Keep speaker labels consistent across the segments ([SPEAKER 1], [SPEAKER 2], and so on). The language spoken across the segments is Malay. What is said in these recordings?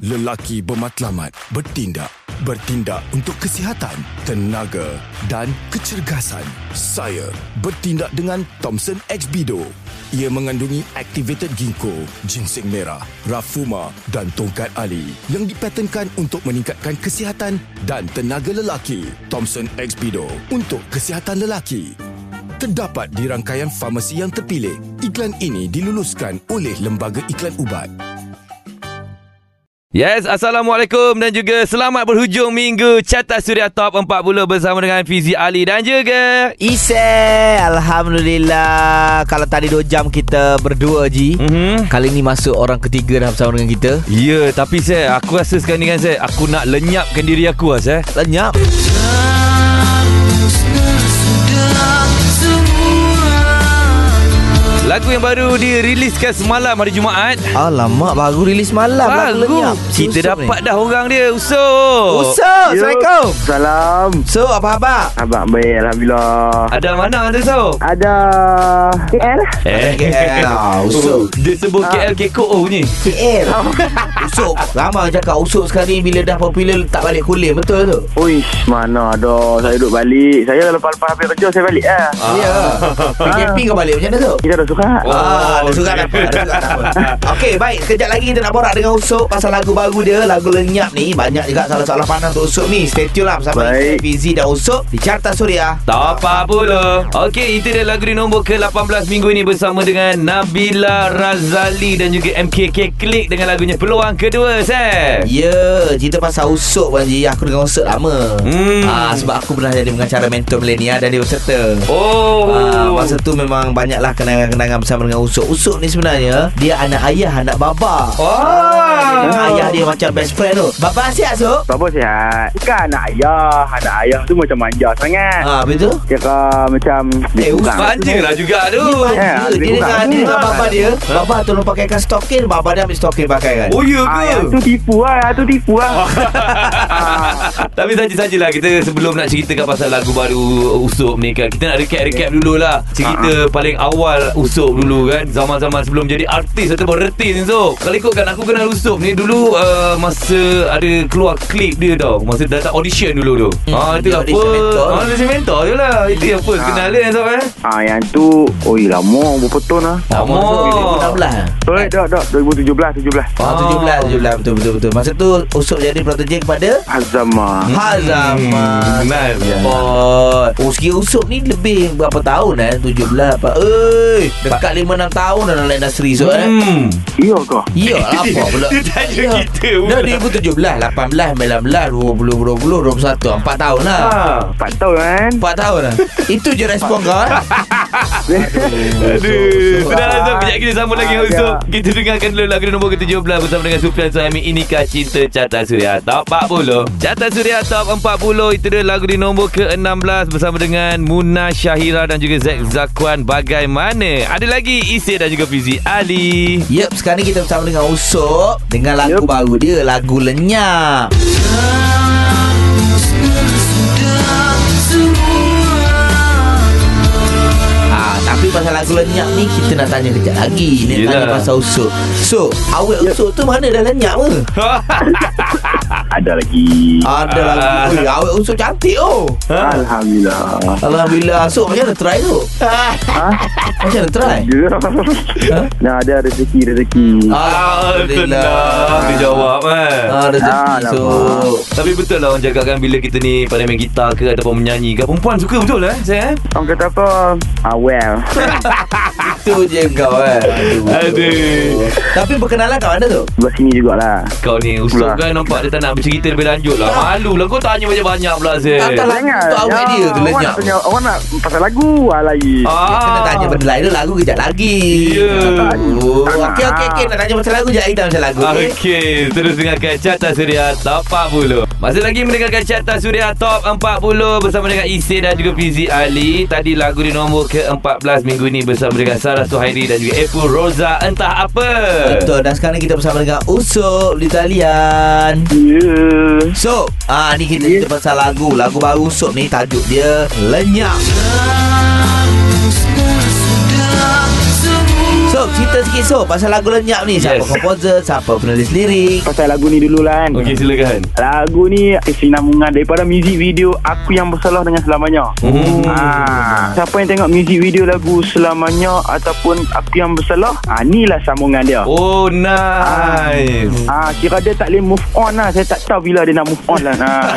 [SPEAKER 1] Lelaki bermatlamat bertindak bertindak untuk kesihatan, tenaga dan kecergasan. Saya bertindak dengan Thompson X Bido. Ia mengandungi activated ginkgo, ginseng merah, rafuma dan tongkat ali yang dipatenkan untuk meningkatkan kesihatan dan tenaga lelaki. Thompson X Bido untuk kesihatan lelaki. Terdapat di rangkaian farmasi yang terpilih. Iklan ini diluluskan oleh Lembaga Iklan Ubat.
[SPEAKER 2] Yes, Assalamualaikum dan juga selamat berhujung minggu Carta Suria Top 40 bersama dengan Fizi Ali dan juga
[SPEAKER 3] Ise Alhamdulillah Kalau tadi 2 jam kita berdua Ji
[SPEAKER 2] Mhm.
[SPEAKER 3] Kali ni masuk orang ketiga dah bersama dengan kita
[SPEAKER 2] Ya, tapi saya aku rasa sekarang ni kan saya aku nak lenyapkan diri aku lah saya.
[SPEAKER 3] Lenyap
[SPEAKER 2] Lagu yang baru diriliskan semalam hari Jumaat.
[SPEAKER 3] Alamak baru rilis malam Lagu lenyap
[SPEAKER 2] Kita
[SPEAKER 3] Usop
[SPEAKER 2] dapat
[SPEAKER 3] ni.
[SPEAKER 2] dah orang dia Usop.
[SPEAKER 3] Usop Assalamualaikum
[SPEAKER 4] Salam
[SPEAKER 3] So apa khabar?
[SPEAKER 4] Abang baik Alhamdulillah
[SPEAKER 2] Ada mana tu Usop?
[SPEAKER 4] Ada KL
[SPEAKER 2] Eh.
[SPEAKER 3] KL Usop
[SPEAKER 2] Dia sebut
[SPEAKER 3] Ah.
[SPEAKER 2] KL Kekok oh ni.
[SPEAKER 3] KL Usop Ramai cakap Usop sekarang ni Bila dah popular Letak balik kulit Betul tu?
[SPEAKER 4] Uish mana ada Saya duduk balik Saya lepas-lepas habis kerja Saya balik lah
[SPEAKER 3] Ya PKP kau balik macam mana tu?
[SPEAKER 4] Kita dah suka
[SPEAKER 2] Oh,
[SPEAKER 3] Ah, ada surat tak apa, ada surat tak apa. Okey, baik. Sekejap lagi kita nak borak dengan Usop pasal lagu baru dia, lagu lenyap ni. Banyak juga soalan-soalan panas untuk Usop ni. Stay tune lah bersama
[SPEAKER 4] Baik.
[SPEAKER 3] Fizi dan Usop di Carta Suria.
[SPEAKER 2] Top 40 Okey, itu dia lagu di nombor ke-18 minggu ini Bersama dengan Nabila Razali Dan juga MKK Klik Dengan lagunya Peluang Kedua, Sam
[SPEAKER 3] Ya, cerita pasal Usop Wan Ji. Aku dengan Usop lama.
[SPEAKER 2] Hmm.
[SPEAKER 3] Ah, sebab aku pernah jadi pengacara mentor milenial dan dia berserta.
[SPEAKER 2] Oh
[SPEAKER 3] Ah, masa tu memang banyaklah kenangan-kenangan bersama dengan Usop. Usop ni sebenarnya dia anak ayah, anak baba.
[SPEAKER 2] Oh
[SPEAKER 3] Ah, ayah dia macam best friend tu. Baba sihat, Usop?
[SPEAKER 4] Bapa sihat Bukan anak ayah Anak ayah tu macam manja sangat
[SPEAKER 3] Ah, betul?
[SPEAKER 4] Kira macam
[SPEAKER 3] Eh,
[SPEAKER 4] kurang.
[SPEAKER 2] Manja lah juga tu
[SPEAKER 4] Eh,
[SPEAKER 3] Ya, dia
[SPEAKER 4] lebih kurang.
[SPEAKER 3] dengar dia dengar
[SPEAKER 4] Hmm.
[SPEAKER 3] bapa dia. Bapa tolong pakaikan kan stocking, bapa dia ambil stocking pakai kan.
[SPEAKER 2] Oh ya
[SPEAKER 4] Ah,
[SPEAKER 2] ke?
[SPEAKER 4] yang tu tipu lah Yang tu tipu lah
[SPEAKER 3] Ah.
[SPEAKER 4] Ah,
[SPEAKER 2] Tapi saja-sajalah kita sebelum nak ceritakan pasal lagu baru Usop ni kan Kita nak recap-recap dululah lah Cerita paling awal Usop dulu kan Zaman-zaman sebelum jadi artis atau berartis ni Sob Kalau ikutkan aku kenal Usop ni dulu uh, Masa ada keluar klip dia tau Masa datang audition dulu tu hmm, ah, Itu
[SPEAKER 3] dia
[SPEAKER 2] apa
[SPEAKER 3] audition mentor.
[SPEAKER 2] ah, Audition mentor je lah Itu yang first kenal dia Sob eh
[SPEAKER 4] Ah, yang tu Oi lama Berapa tahun lah
[SPEAKER 2] Lama.
[SPEAKER 3] Oh. 2016.
[SPEAKER 4] Eh dah dah 2017 17
[SPEAKER 3] Ah,
[SPEAKER 2] Ah.
[SPEAKER 3] 17, 17 betul betul betul. Masa tu Usop jadi protegen kepada
[SPEAKER 4] Azamah
[SPEAKER 3] Hmm?
[SPEAKER 2] Hmm.
[SPEAKER 3] Hazama.
[SPEAKER 2] Kenal dia.
[SPEAKER 3] Oh, usia Usop ni lebih berapa tahun eh? 17 apa? Eh, dekat 5 6 tahun dah naik Nasri Usop eh.
[SPEAKER 2] Hmm
[SPEAKER 4] Iya ke?
[SPEAKER 3] Ya, apa pula?
[SPEAKER 2] Dia tanya
[SPEAKER 3] Ya.
[SPEAKER 2] kita
[SPEAKER 3] Dah
[SPEAKER 2] pula.
[SPEAKER 3] 2017, 18, 19, 20, 20, 21, 4 tahun lah.
[SPEAKER 2] Ah.
[SPEAKER 4] 4 tahun kan
[SPEAKER 3] 4 tahun lah Itu je respon kau eh?
[SPEAKER 2] Aduh, sudahlah Zul. Kejap kita sambung lagi dengan
[SPEAKER 4] Ah,
[SPEAKER 2] Usop. Kita dengarkan dulu lagu nombor ke-17 bersama dengan Sufian Suhaimi. Inikah Cinta Carta Suria Top 40. Carta Suria Top 40. Itu dia lagu di nombor ke-16 bersama dengan Muna Syahira dan juga Zack Zakwan. Bagaimana? Ada lagi Isir dan juga Fizi Ali.
[SPEAKER 3] Yep, sekarang ni kita bersama dengan Usop Dengan lagu yep.
[SPEAKER 4] Yup.
[SPEAKER 3] baru dia Lagu Lenyap Ah, tapi pasal lagu lenyap ni Kita nak tanya kejap lagi Ni
[SPEAKER 2] Yelah.
[SPEAKER 3] tanya pasal usuk So, awet yep. usuk tu mana dah lenyap ke? Ah,
[SPEAKER 4] Ada lagi
[SPEAKER 3] Ada lagi Ui, awet usuk cantik oh
[SPEAKER 4] Alhamdulillah Ah.
[SPEAKER 3] Alhamdulillah Usuk macam mana try tu? Macam mana try?
[SPEAKER 4] Ya Nah ada rezeki rezeki
[SPEAKER 3] Ha.
[SPEAKER 2] Alhamdulillah. Dia jawab eh.
[SPEAKER 3] Ah, rezeki
[SPEAKER 4] Alamak.
[SPEAKER 3] Usop
[SPEAKER 2] Tapi betul lah orang cakap kan bila kita ni pandai main gitar ke ataupun menyanyi ke perempuan suka betul lah eh saya eh?
[SPEAKER 4] Orang kata apa Ah well
[SPEAKER 3] Tu je kau eh
[SPEAKER 2] Aduh.
[SPEAKER 3] Tapi perkenalan kat mana tu?
[SPEAKER 4] Sebelah sini jugalah
[SPEAKER 2] Kau ni usut
[SPEAKER 4] Pula.
[SPEAKER 2] kan nampak dia tak nak bercerita lebih lanjut lah Malu lah kau tanya banyak-banyak pula Zul
[SPEAKER 3] Tak, tak lah. Jangan. Tu awet dia tu
[SPEAKER 4] Orang
[SPEAKER 3] lenyap.
[SPEAKER 4] Ya, nak tanya Orang nak pasal lagu ah, lagi
[SPEAKER 3] Ah. Kena tanya benda lain dulu, lagu kejap lagi
[SPEAKER 2] Ya.
[SPEAKER 3] Oh, Okey okey okey Nak tanya pasal lagu Kejap lagi tanya pasal lagu okey?
[SPEAKER 2] Okey, terus dengarkan Carta Suria Top 40. Masih lagi mendengarkan Carta Suria Top 40 bersama dengan Isir dan juga Fizi Ali. Tadi lagu di nombor ke-14 minggu ini bersama dengan Sarah Suhairi dan juga Epo Roza Entah Apa.
[SPEAKER 3] Betul dan sekarang kita bersama dengan Usop di talian
[SPEAKER 4] Ya
[SPEAKER 3] So, ah ni kita cerita pasal lagu Lagu baru Usop ni tajuk dia Lenyap So, cerita sikit so Pasal lagu lenyap ni Siapa
[SPEAKER 2] Yes.
[SPEAKER 3] komposer Siapa penulis lirik
[SPEAKER 4] Pasal lagu ni dululah kan
[SPEAKER 2] Okey silakan
[SPEAKER 4] Lagu ni kesinambungan daripada music video Aku Yang Bersalah Dengan Selamanya.
[SPEAKER 2] Hmm.
[SPEAKER 4] Ah, siapa yang tengok music video lagu Selamanya ataupun Aku Yang Bersalah, ah inilah sambungan dia.
[SPEAKER 2] Oh
[SPEAKER 4] Oh.
[SPEAKER 2] nice
[SPEAKER 4] Ah, kira dia tak boleh move on lah. Saya tak tahu bila dia nak move on lah. Ah.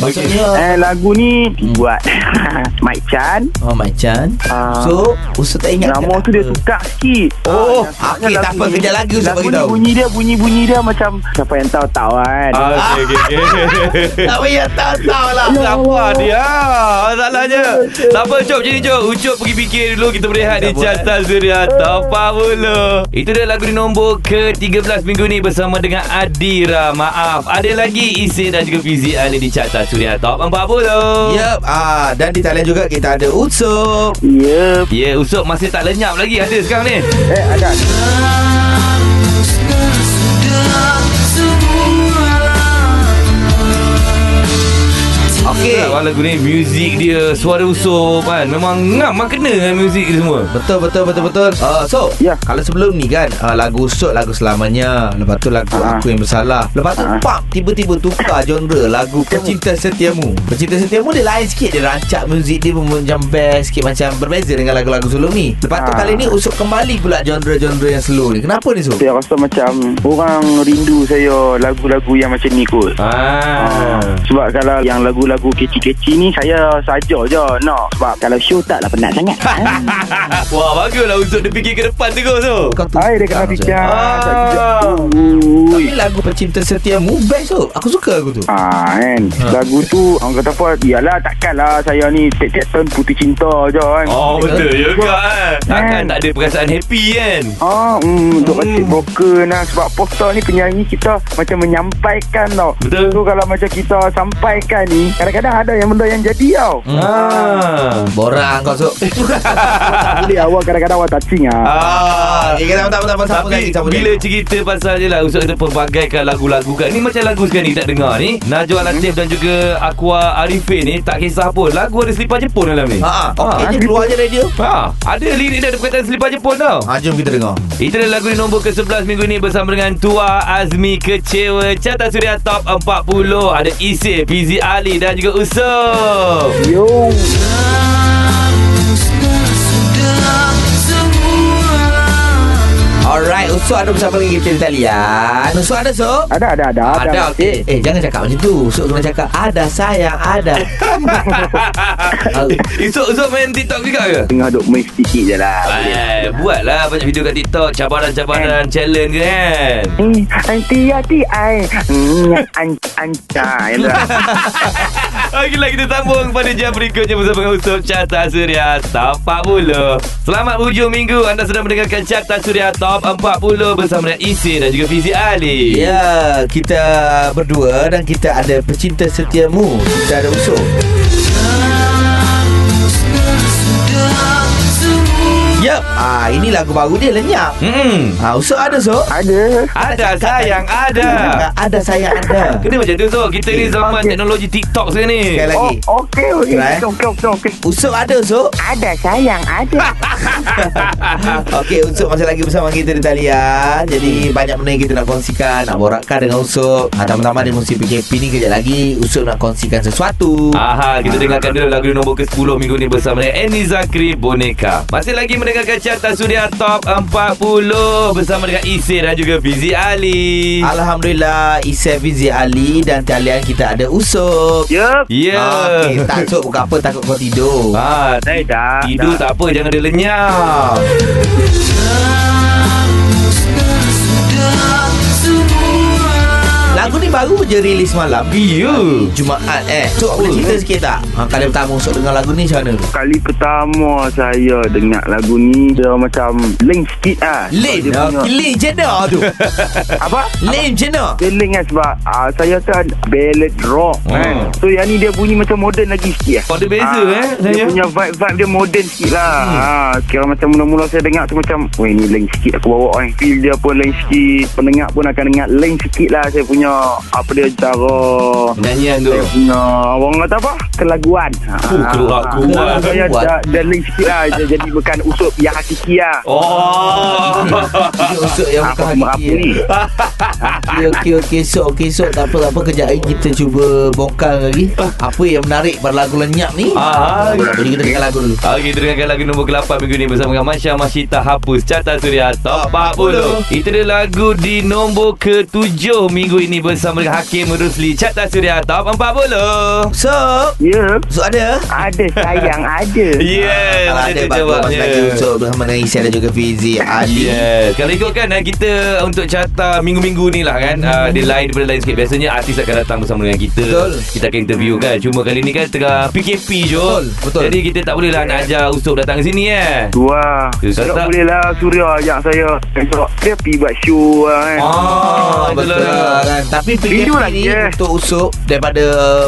[SPEAKER 2] Okey
[SPEAKER 3] Maksudnya
[SPEAKER 4] eh, lagu ni buat Mike Chan.
[SPEAKER 3] Oh my Chan
[SPEAKER 4] Ah.
[SPEAKER 3] So Usul tak ingat
[SPEAKER 4] Nama tu dia tukar sikit.
[SPEAKER 3] Oh,
[SPEAKER 4] Ah,
[SPEAKER 3] okey,
[SPEAKER 4] yang sebabnya
[SPEAKER 3] tak
[SPEAKER 4] lagu
[SPEAKER 3] apa,
[SPEAKER 4] ni-
[SPEAKER 3] sekejap lagi Ustaz
[SPEAKER 4] Lagu
[SPEAKER 3] bagi
[SPEAKER 4] ni
[SPEAKER 3] tahu.
[SPEAKER 4] bunyi dia, bunyi-bunyi dia macam siapa yang tahu tahu kan.
[SPEAKER 2] Ah, Okey okey okey
[SPEAKER 3] Tak payah tahu-tahu lah
[SPEAKER 2] Kenapa dia? Ah, Masalahnya. Tak apa, Cop. Jadi, Cop. Ucup pergi fikir dulu. Kita berehat di Carta Suria. Tapa mula. Itu dia lagu di nombor ke-13 minggu ni bersama dengan Adira. Maaf. Ada lagi Isi dan juga Fizi Ali di Carta Suria. Top 40. Ya.
[SPEAKER 3] Yep ah, Dan di talian juga Kita ada Usul
[SPEAKER 4] Ya,
[SPEAKER 2] Ya, yeah, Usop masih tak lenyap lagi ada sekarang ni.
[SPEAKER 4] eh ada.
[SPEAKER 3] Okey
[SPEAKER 2] Wah, lagu ni muzik dia, suara Usop kan. Memang ngam makna dengan muzik ni semua.
[SPEAKER 3] Betul betul betul betul. Uh, so,
[SPEAKER 4] Ya.
[SPEAKER 3] kalau sebelum ni kan uh, lagu Usut lagu selamanya, lepas tu lagu
[SPEAKER 4] Ah.
[SPEAKER 3] aku yang bersalah. Lepas tu pop tiba-tiba tukar genre lagu Pecinta Setiamu. Pecinta Setiamu dia lain sikit dia rancak muzik dia pun macam best sikit macam berbeza dengan lagu-lagu sebelum ni. Lepas tu
[SPEAKER 4] Ah.
[SPEAKER 3] kali ni Usut kembali pula genre-genre yang slow ni. Kenapa ni Su?
[SPEAKER 4] Saya rasa macam orang rindu saya lagu-lagu yang macam ni kot.
[SPEAKER 2] Ah.
[SPEAKER 4] Ah. Sebab kalau yang lagu-lagu kecil-kecil ni saya saja je nak. Sebab kalau show taklah penat sangat.
[SPEAKER 2] Wah, baguslah Usop dia fikir ke depan terus tu.
[SPEAKER 3] Kau tu.
[SPEAKER 4] Hai dia kena fikir.
[SPEAKER 2] Ah.
[SPEAKER 4] tak bijak. Ui.
[SPEAKER 3] Tapi lagu Pecinta Setiamu best tu. Aku suka lagu tu.
[SPEAKER 4] Ah kan
[SPEAKER 3] Ha.
[SPEAKER 4] Lagu tu Orang kata apa Yalah takkanlah Saya ni Tek-tek ton putih cinta je kan
[SPEAKER 2] Oh betul juga eh. Takkan
[SPEAKER 4] Kan?
[SPEAKER 2] tak ada perasaan happy kan
[SPEAKER 4] Ah, mm,
[SPEAKER 3] Hmm.
[SPEAKER 4] duk batik broken lah Sebab poster ni penyanyi kita Macam menyampaikan tau
[SPEAKER 2] Betul.
[SPEAKER 4] So kalau macam kita sampaikan ni Kadang-kadang ada yang benda yang jadi tau
[SPEAKER 3] Hmm.
[SPEAKER 2] Ah.
[SPEAKER 3] Borang kau Su.
[SPEAKER 4] Boleh awak kadang-kadang awak touching lah
[SPEAKER 3] ah, eh, tak apa tak apa siapa
[SPEAKER 2] Tapi
[SPEAKER 3] lagi, siapa
[SPEAKER 2] bila
[SPEAKER 3] lagi.
[SPEAKER 2] cerita pasal je lah Ustaz kata perbagaikan lagu-lagu kat Ni macam lagu sekarang ni kita dengar ni
[SPEAKER 3] Hmm.
[SPEAKER 2] Najwa Latif dan juga Aqua Arifin ni Tak kisah pun Lagu ada selipar Jepun dalam ni
[SPEAKER 3] Ha ah, okey
[SPEAKER 2] Ah.
[SPEAKER 3] je keluar je radio.
[SPEAKER 2] Ha, ada lirik dia ada perkataan selipar Jepun tau
[SPEAKER 3] Ha, jom kita dengar.
[SPEAKER 2] Itu adalah lagu di nombor ke-11 minggu ni Bersama dengan Tua Azmi Kecewa Carta Suria Top 40 Ada Isif, Fizi Ali dan juga Usop
[SPEAKER 4] Yo
[SPEAKER 3] Alright, Usuk ada bersama lagi kita di talian. Usuk ada, Usuk?
[SPEAKER 4] Ada ada ada
[SPEAKER 3] Ada, okey. Eh, jangan cakap macam tu. Usuk kena cakap, ada sayang, ada.
[SPEAKER 2] Esok Esok main TikTok juga ke?
[SPEAKER 4] Tengah duk main sikit je lah
[SPEAKER 3] Ah.
[SPEAKER 2] Eh, buatlah banyak video kat TikTok Cabaran-cabaran challenge ke kan
[SPEAKER 4] Eh, anti hati ai. Hmm, an an ah, yalah.
[SPEAKER 2] Okeylah kita sambung pada jam berikutnya Bersama dengan Usop Carta Suria Top 40 Selamat hujung minggu Anda sedang mendengarkan Carta Suria Top 40 Bersama dengan Isi dan juga Fizi Ali
[SPEAKER 3] Ya, kita berdua dan kita ada pecinta setiamu. Kita ada Usuk. Yap, ah ini lagu baru dia lenyap.
[SPEAKER 2] Hmm
[SPEAKER 3] Ah, Usuk ada, Usuk?
[SPEAKER 4] Ada.
[SPEAKER 2] Ada sayang ada
[SPEAKER 3] Ada sayang, ada.
[SPEAKER 2] Kena macam tu so Kita ni zaman teknologi TikTok sekarang ni
[SPEAKER 3] Sekali
[SPEAKER 4] Oh,
[SPEAKER 3] lagi. eh.
[SPEAKER 4] okey okey.
[SPEAKER 3] Try.
[SPEAKER 4] Okey okey okey. okey.
[SPEAKER 3] Usuk ada, Usuk?
[SPEAKER 4] Ada sayang, ada.
[SPEAKER 3] Ah, Okey, Usop masih lagi bersama kita di talian. Jadi banyak benda yang kita nak kongsikan, nak borakkan dengan Usop. Ha, Tama-tama di musim PKP ni kejap lagi Usop nak kongsikan sesuatu.
[SPEAKER 2] Aha, kita dengarkan dulu lagu di nombor ke-10 minggu ni bersama dengan Annie Zakri Boneka. Masih lagi mendengarkan Carta Suria Top 40 bersama dengan Isir dan juga Fizi Ali.
[SPEAKER 3] Alhamdulillah Isai Fizi Ali dan talian kita ada Usop. Ah,
[SPEAKER 4] Yup.
[SPEAKER 2] Ya.
[SPEAKER 3] Okey,
[SPEAKER 2] Yeah.
[SPEAKER 3] tak Usop bukan apa takut kau tidur.
[SPEAKER 2] Ah,
[SPEAKER 4] Saya dah.
[SPEAKER 2] tidur tak apa, jangan dia
[SPEAKER 3] Ah.
[SPEAKER 2] lenyap.
[SPEAKER 3] Lagu ni baru je rilis malam.
[SPEAKER 2] Ya.
[SPEAKER 3] Jumaat eh. Usop boleh cerita sikit tak? Ha, kali pertama Usop dengar lagu ni macam mana?
[SPEAKER 4] Kali pertama saya dengar lagu ni Dia macam link sikit lah Sebab
[SPEAKER 3] Lin,
[SPEAKER 4] dia punya-
[SPEAKER 3] Lin Jenner tu.
[SPEAKER 4] Apa?
[SPEAKER 3] Lin Jenner.
[SPEAKER 4] Dia link kan sebab uh, Saya kan ballad rock kan
[SPEAKER 2] Hmm.
[SPEAKER 4] So yang ni dia bunyi macam modern lagi sikit lah
[SPEAKER 2] Kau ada beza
[SPEAKER 4] Ah,
[SPEAKER 2] eh,
[SPEAKER 4] Dia
[SPEAKER 2] saya. Hmm.
[SPEAKER 4] punya vibe-vibe dia modern sikit lah Ah, Kira macam mula-mula saya dengar tu macam Weh ni link sikit aku bawa kan Feel dia pun link sikit Pendengar pun akan dengar link sikit lah Saya punya apa dia cara
[SPEAKER 2] Nyanyian tu
[SPEAKER 4] saya punya orang kata apa? Kelaguan.
[SPEAKER 2] Oh, kelaguan.
[SPEAKER 4] Ah, Saya dah, dah link sikit lah. Dia Jadi bukan usut yang hakiki lah.
[SPEAKER 2] Oh
[SPEAKER 3] Ini usut yang bukan
[SPEAKER 4] Apa, apa
[SPEAKER 3] hakiki
[SPEAKER 4] ni?
[SPEAKER 3] Okey, okey, okey. Esok, okey, esok. Tak apa, tak apa. Kejap lagi kita cuba bongkar lagi. Apa yang menarik pada lagu lenyap ni?
[SPEAKER 2] Ah,
[SPEAKER 3] Jadi kita dengar lagu dulu.
[SPEAKER 2] Okey, kita dengarkan lagu nombor ke-8 minggu ni bersama dengan Masya Masyita Hapus Carta Suria Top 40. Itu dia lagu di nombor ke-7 minggu ini bersama dengan Hakim Rusli Carta Suria Top 40.
[SPEAKER 3] So,
[SPEAKER 4] Ya.
[SPEAKER 3] so ada?
[SPEAKER 4] Ada sayang, ada.
[SPEAKER 2] Yes,
[SPEAKER 3] Ah, Kalau
[SPEAKER 2] macam
[SPEAKER 3] ada
[SPEAKER 2] tu
[SPEAKER 3] bagus
[SPEAKER 2] Eh, jawabnya.
[SPEAKER 3] lagi Usut bersama dengan Isya dan juga Fizi. Adi.
[SPEAKER 2] Yes. Kalau ikutkan eh, kita untuk carta minggu-minggu ni lah kan uh, Dia lain daripada lain sikit Biasanya artis akan datang bersama dengan kita
[SPEAKER 3] Betul.
[SPEAKER 2] Kita akan interview kan Cuma kali ni kan tengah PKP je
[SPEAKER 3] Betul, betul.
[SPEAKER 2] Jadi kita tak boleh lah nak ajar Usop datang ke sini eh
[SPEAKER 4] Wah,
[SPEAKER 2] Eh,
[SPEAKER 4] tak
[SPEAKER 2] tak-
[SPEAKER 4] boleh lah Surya ajak saya. Esok dia pergi buat show lah kan.
[SPEAKER 2] Ah,
[SPEAKER 3] Oh, betul
[SPEAKER 2] lah.
[SPEAKER 3] lah kan. Tapi PKP
[SPEAKER 4] Rindu lah
[SPEAKER 3] ni
[SPEAKER 4] dia.
[SPEAKER 3] untuk Usop daripada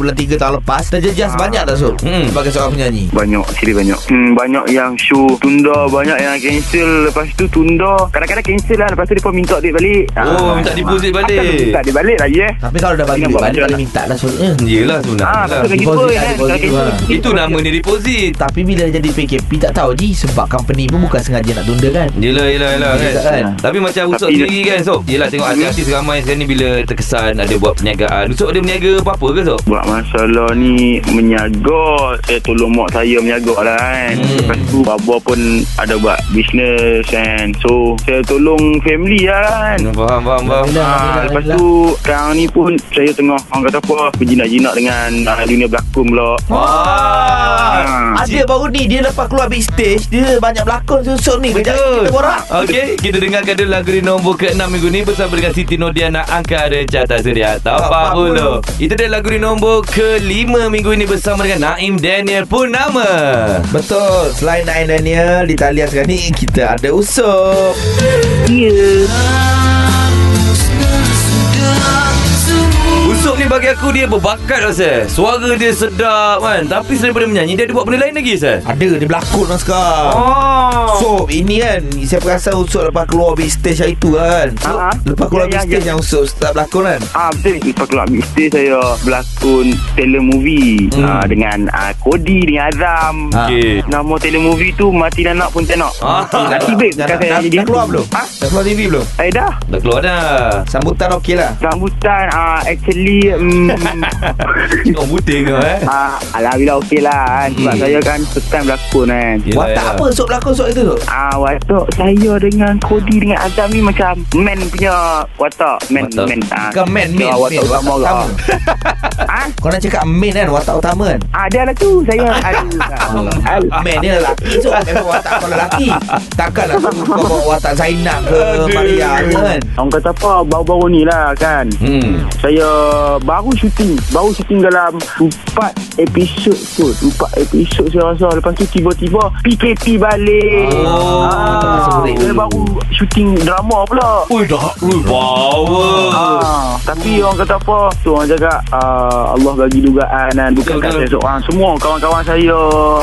[SPEAKER 3] bulan 3 tahun lepas terjejas
[SPEAKER 4] Ah.
[SPEAKER 3] banyak tak Usop
[SPEAKER 2] Hmm.
[SPEAKER 3] sebagai seorang penyanyi.
[SPEAKER 4] Banyak, sini banyak. Hmm, banyak yang show tunda, banyak yang cancel. Lepas tu tunda. Kadang-kadang cancel lah. Lepas tu dia pun minta duit balik.
[SPEAKER 2] Oh, minta deposit balik.
[SPEAKER 4] Akan minta duit balik lagi eh.
[SPEAKER 3] Tapi kalau dah bagi
[SPEAKER 4] Ingat
[SPEAKER 3] duit
[SPEAKER 4] buat
[SPEAKER 3] balik
[SPEAKER 4] macam
[SPEAKER 3] kalau
[SPEAKER 4] mana?
[SPEAKER 3] minta lah sebenarnya.
[SPEAKER 2] Yelah sebenarnya
[SPEAKER 4] Ah,
[SPEAKER 2] lah.
[SPEAKER 4] lepas tu lagi
[SPEAKER 3] Deposit
[SPEAKER 4] pun
[SPEAKER 3] lah,
[SPEAKER 4] kan.
[SPEAKER 3] deposit
[SPEAKER 4] Kalau
[SPEAKER 3] tu,
[SPEAKER 4] cancel,
[SPEAKER 3] ah.
[SPEAKER 4] deposit.
[SPEAKER 2] Itu nama dia deposit
[SPEAKER 3] Tapi bila jadi PKP tak tahu je sebab company pun bukan sengaja nak tunda kan.
[SPEAKER 2] Yelah, yelah, yelah
[SPEAKER 3] Betul
[SPEAKER 2] kan.
[SPEAKER 3] tak kan?
[SPEAKER 2] Tapi macam Usop
[SPEAKER 4] Tapi-
[SPEAKER 2] sendiri kan, Sob. Yelah, tengok artis-artis ramai sekarang ni bila terkesan ada buat perniagaan. Usop ada berniaga apa-apa ke, Sob?
[SPEAKER 4] Buat masalah ni Menyaga Saya tolong mak saya menyaga lah kan
[SPEAKER 2] Hmm.
[SPEAKER 4] hmm. Lepas tu Baba pun ada buat bisnes kan So saya tolong family lah kan
[SPEAKER 2] Faham, faham, faham.
[SPEAKER 3] Alhamdulillah,
[SPEAKER 4] Ha,
[SPEAKER 3] Ya, alhamdulillah,
[SPEAKER 4] lepas
[SPEAKER 3] alhamdulillah.
[SPEAKER 4] tu sekarang ni pun saya tengah orang kata apa berjinak-jinak dengan uh, dunia berlakon pula.
[SPEAKER 3] Oh.
[SPEAKER 2] Wah.
[SPEAKER 4] Ha.
[SPEAKER 3] Ada baru ni Dia lepas keluar big stage Dia banyak berlakon susuk ni Kejap
[SPEAKER 2] Betul.
[SPEAKER 3] kita borak
[SPEAKER 2] Okey, kita dengarkan dulu lagu di nombor ke-6 minggu ni bersama dengan Siti Nodiana Angkara Carta Suria Top 40. Itu dia lagu di nombor ke-5 minggu ini bersama dengan Naim Daniel Purnama.
[SPEAKER 3] Betul Selain Nain Daniel Di talian sekarang ni Kita ada Usop
[SPEAKER 4] Ya.
[SPEAKER 2] Usop ni bagi aku dia berbakat lah, Sel. Suara dia sedap kan. Tapi selain daripada menyanyi, dia ada buat benda lain lagi, Sel.
[SPEAKER 3] Ada dia berlakon lah sekarang
[SPEAKER 2] Oh.
[SPEAKER 3] Usop ini kan Saya perasan Usop lepas keluar big stage hari tu kan so,
[SPEAKER 4] Ha, ha.
[SPEAKER 3] Lepas keluar
[SPEAKER 4] Ya,
[SPEAKER 3] big
[SPEAKER 4] ya,
[SPEAKER 3] stage
[SPEAKER 4] ya.
[SPEAKER 3] yang Usop start berlakon kan
[SPEAKER 4] Ah betul ni Lepas keluar mixtape saya berlakon Taylor Movie
[SPEAKER 2] Hmm.
[SPEAKER 4] hmm. ah, dengan ah, Cody dengan Azam.
[SPEAKER 3] Ah.
[SPEAKER 4] Ah.
[SPEAKER 2] Okey.
[SPEAKER 4] Nama Taylor Movie tu Mati Nanak pun tak nak.
[SPEAKER 2] Ah.
[SPEAKER 4] Nanti babe
[SPEAKER 3] Dah, dah,
[SPEAKER 4] bukan saya
[SPEAKER 3] dah,
[SPEAKER 4] jadi
[SPEAKER 3] dah
[SPEAKER 4] dia.
[SPEAKER 3] keluar belum?
[SPEAKER 4] Ha?
[SPEAKER 3] Dah keluar TV belum?
[SPEAKER 4] Saya dah.
[SPEAKER 2] Dah keluar dah.
[SPEAKER 3] Sambutan okey lah
[SPEAKER 4] Sambutan ah, actually um,
[SPEAKER 2] Orang buting kau eh.
[SPEAKER 4] ah, Alhamdulillah okey lah kan. Sebab
[SPEAKER 2] Hmm.
[SPEAKER 4] saya kan first time berlakon kan.
[SPEAKER 2] Yelah,
[SPEAKER 3] Watak
[SPEAKER 2] yelah.
[SPEAKER 3] apa Usop berlakon Usop itu Usop?
[SPEAKER 4] Ah watak saya dengan Kodi dengan Azam ni macam man punya watak man
[SPEAKER 2] Watak.
[SPEAKER 4] man ah
[SPEAKER 3] Bukan main main,
[SPEAKER 4] Ya,
[SPEAKER 3] main
[SPEAKER 4] watak utama
[SPEAKER 2] lah.
[SPEAKER 3] Watak utama
[SPEAKER 4] orang. ah
[SPEAKER 3] Kau nak cakap main kan Watak utama kan
[SPEAKER 4] ada lah tu saya aduh ah,
[SPEAKER 3] Ah, Man dia lelaki so Memang watak kau lelaki Takkan aku Kau bawa watak Zainab ke
[SPEAKER 2] Aduh.
[SPEAKER 3] Maria ke kan
[SPEAKER 4] Orang kata apa Baru-baru ni lah kan
[SPEAKER 2] Hmm.
[SPEAKER 4] Saya baru syuting Baru syuting dalam Empat episod tu Empat episod saya rasa Lepas tu tiba-tiba PKP balik
[SPEAKER 2] Oh,
[SPEAKER 3] tengah
[SPEAKER 4] ah,
[SPEAKER 3] seberit
[SPEAKER 4] Saya
[SPEAKER 3] dulu.
[SPEAKER 4] baru syuting drama pula
[SPEAKER 2] Ui dah Ui power
[SPEAKER 4] Ah, tapi orang kata apa tu orang cakap ah, Allah bagi dugaan dan bukan
[SPEAKER 2] Betul,
[SPEAKER 4] kat
[SPEAKER 2] betul.
[SPEAKER 4] saya seorang semua kawan-kawan saya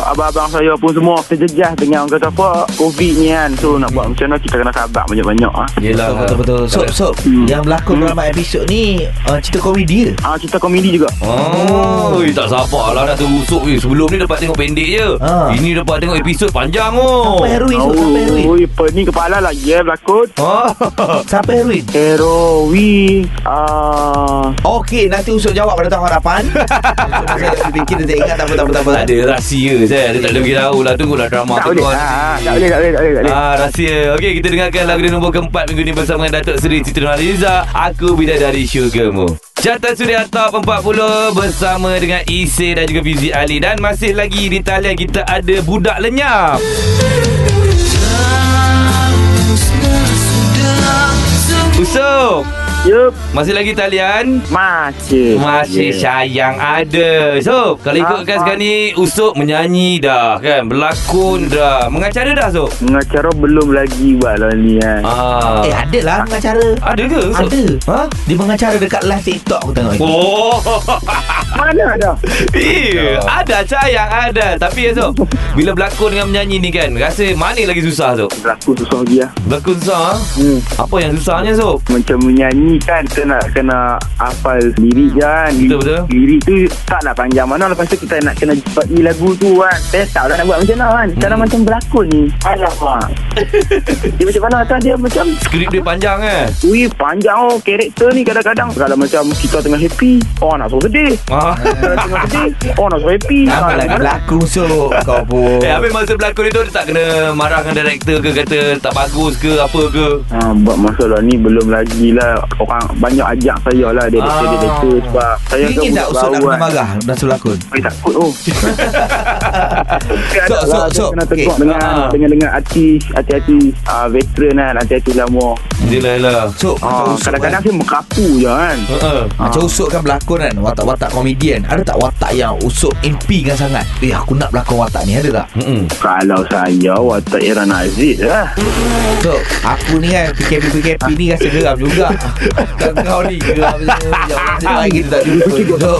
[SPEAKER 4] abang-abang saya pun semua terjejas dengan orang kata apa covid ni kan so nak buat macam mana kita kena sabar banyak-banyak ah.
[SPEAKER 2] Yelah
[SPEAKER 3] Betul-betul Sob, sob
[SPEAKER 4] Hmm.
[SPEAKER 3] Yang berlakon dalam episod ni uh, Cerita komedi ke?
[SPEAKER 4] Ah, cerita komedi juga
[SPEAKER 2] Oh, ui, tak sabar lah nak terusuk Ui, Sebelum ni dapat tengok pendek je
[SPEAKER 3] Ah.
[SPEAKER 2] Ini dapat tengok episod panjang oh
[SPEAKER 3] Sampai heroin Sob, sampai heroin
[SPEAKER 4] Oh, apa ni kepala lah Ya yeah, berlakon
[SPEAKER 2] Ah.
[SPEAKER 3] Sampai heroin
[SPEAKER 4] Heroin ah,
[SPEAKER 3] Okey, nanti usut jawab pada tahun harapan Usop masa lagi fikir Dia tak ingat tak apa tak apa, tak apa.
[SPEAKER 2] Tak ada rahsia saya Dia tak lebih tahu lah Tunggulah drama
[SPEAKER 4] Tak
[SPEAKER 2] tu
[SPEAKER 4] boleh
[SPEAKER 2] keluar
[SPEAKER 4] ah,
[SPEAKER 2] nanti.
[SPEAKER 4] Tak boleh Tak boleh Tak boleh, tak boleh.
[SPEAKER 2] Ah, rahsia Okey, kita dengarkan lagu di nombor keempat minggu ni Bersama dengan Datuk Seri Siti Nurhaliza Aku Bidadari Syurgamu Carta Suria Top 40 Bersama dengan Ise dan juga Fizi Ali Dan masih lagi di talian kita ada Budak Lenyap Usop
[SPEAKER 4] Yup
[SPEAKER 2] Masih lagi talian
[SPEAKER 4] Masih
[SPEAKER 2] masih sayang ada So Kalau ikutkan
[SPEAKER 4] Ah,
[SPEAKER 2] sekarang ni Usop menyanyi dah kan Berlakon dah Mengacara dah Usop
[SPEAKER 4] Pengacara belum lagi buat lah ni kan
[SPEAKER 2] ah.
[SPEAKER 3] Eh, ada lah pengacara
[SPEAKER 2] Ada ke Usop?
[SPEAKER 3] Ada ha? Dia pengacara dekat live TikTok Aku tengok
[SPEAKER 2] Oh
[SPEAKER 4] Mana ada
[SPEAKER 2] Eh,
[SPEAKER 4] Ya.
[SPEAKER 2] Ada sayang ada Tapi Usop Bila berlakon dengan menyanyi ni kan Rasa mana lagi susah Usop
[SPEAKER 4] Berlakon susah lagi lah
[SPEAKER 2] Berlakon susah ah?
[SPEAKER 4] hmm.
[SPEAKER 2] Apa yang susahnya Usop?
[SPEAKER 4] Macam menyanyi nyanyi kan Kita nak kena hafal lirik kan
[SPEAKER 2] Betul, betul.
[SPEAKER 4] Lirik tu tak nak panjang mana Lepas tu kita nak kena cepat di lagu tu kan Saya tak lah nak buat macam mana kan
[SPEAKER 3] Hmm.
[SPEAKER 4] Cara macam berlakon ni Alamak Dia macam mana atas dia macam
[SPEAKER 2] Skrip dia panjang eh
[SPEAKER 4] Ui panjang oh Karakter ni kadang-kadang Kalau macam kita tengah happy Orang nak suruh sedih
[SPEAKER 2] Ah.
[SPEAKER 4] Kalau tengah sedih Orang nak suruh happy
[SPEAKER 3] Nampak
[SPEAKER 4] Ah,
[SPEAKER 3] lagi
[SPEAKER 4] kadang-kadang-
[SPEAKER 3] berlaku so Kau pun
[SPEAKER 2] Eh, habis masa berlakon itu dia tak kena marah dengan director ke kata tak bagus ke apa ke.
[SPEAKER 4] Ha, buat masalah ni belum lagi lah Orang banyak ajak saya lah
[SPEAKER 2] Ah.
[SPEAKER 4] Direktur-direktur sebab Saya
[SPEAKER 3] Ingin tak usul nak kena
[SPEAKER 4] kan.
[SPEAKER 3] marah Nasi berlakon
[SPEAKER 4] Saya takut oh
[SPEAKER 3] So, so,
[SPEAKER 4] Saya
[SPEAKER 3] so,
[SPEAKER 4] Kena
[SPEAKER 3] okay.
[SPEAKER 4] tegur dengan,
[SPEAKER 2] Ah.
[SPEAKER 4] dengan Dengan artis Hati-hati uh, Veteran kan Hati-hati lama
[SPEAKER 2] Yelah, yelah.
[SPEAKER 3] So
[SPEAKER 4] ha,
[SPEAKER 3] macam usuk
[SPEAKER 4] Kadang-kadang
[SPEAKER 3] kan
[SPEAKER 4] saya merapu je kan
[SPEAKER 2] Uh-uh.
[SPEAKER 3] Macam usuk kan berlakon kan Watak-watak komedian Ada tak watak yang usuk impi kan sangat Eh aku nak berlakon watak ni Ada tak
[SPEAKER 2] Mm-mm.
[SPEAKER 4] Kalau saya Watak Iran Aziz lah
[SPEAKER 3] So aku ni kan PKP-PKP ni rasa geram juga Dan kau ni geram je Jauh-jauh lagi tu tak jumpa So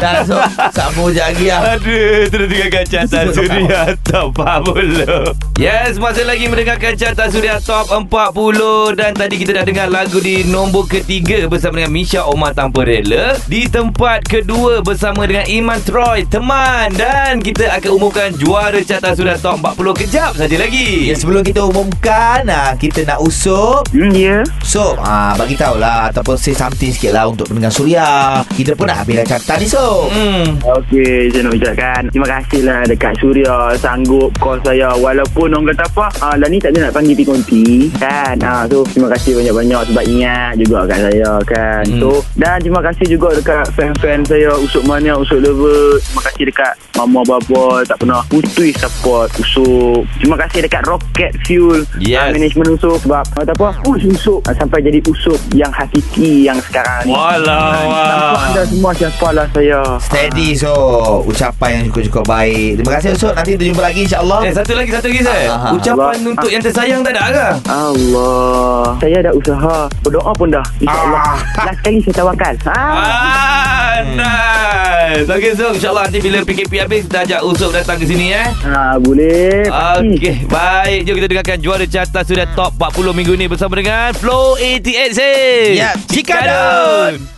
[SPEAKER 3] Dan so Sambung je lagi lah
[SPEAKER 2] Aduh, terus dengarkan carta Suria Top 40. Yes, masih lagi mendengarkan carta Suria Top 40 dan tadi kita dah dengar lagu di nombor ketiga bersama dengan Misha Omar Tanpa Rela. Di tempat kedua bersama dengan Iman Troy, teman dan kita akan umumkan juara carta Suria Top 40 kejap saja lagi.
[SPEAKER 3] Ya, sebelum kita umumkan ah, Kita nak usup
[SPEAKER 4] Hmm ya yeah.
[SPEAKER 3] So ah, Bagi tahulah Ataupun say something sikit lah Untuk pendengar Suria Kita pun nak habis dah carta ni so
[SPEAKER 2] Hmm.
[SPEAKER 4] Okey, saya nak ucapkan terima kasih lah dekat Suria sanggup call saya walaupun orang kata apa, ah, lah ni tak ada nak panggil Pikonti kan. Ah, so terima kasih banyak-banyak sebab ingat juga kat saya kan.
[SPEAKER 2] Hmm.
[SPEAKER 4] Hmm. So dan terima kasih juga dekat fan-fan saya Usuk Mania, Usuk Lover. Terima kasih dekat Mama Baba tak pernah putus support Usuk. Terima kasih dekat Rocket Fuel
[SPEAKER 2] Yes.
[SPEAKER 4] ah, management Usuk sebab orang kata apa, push Usuk ah, sampai jadi Usuk yang hakiki yang sekarang ni.
[SPEAKER 2] Walau.
[SPEAKER 4] Nampak anda semua siapalah saya.
[SPEAKER 3] Steady so Ucapan yang cukup-cukup baik Terima kasih Usop Nanti kita jumpa lagi insyaAllah
[SPEAKER 2] Eh, satu lagi, satu lagi, Zai.
[SPEAKER 3] Ah, ah,
[SPEAKER 2] Ucapan
[SPEAKER 4] Allah.
[SPEAKER 2] untuk yang tersayang tak ada ke?
[SPEAKER 4] Allah Saya dah usaha Berdoa pun dah InsyaAllah
[SPEAKER 3] Ah.
[SPEAKER 4] Last kali saya tawakal ah.
[SPEAKER 2] Ah, nice. Okey, so insyaAllah nanti bila PKP habis, kita ajak Usop datang ke sini, eh.
[SPEAKER 4] ah Boleh Pasti.
[SPEAKER 2] Okey, baik. Jom kita dengarkan juara carta sudah top 40 minggu ni bersama dengan Flow 88, Zai.
[SPEAKER 3] Ya, Cikadun.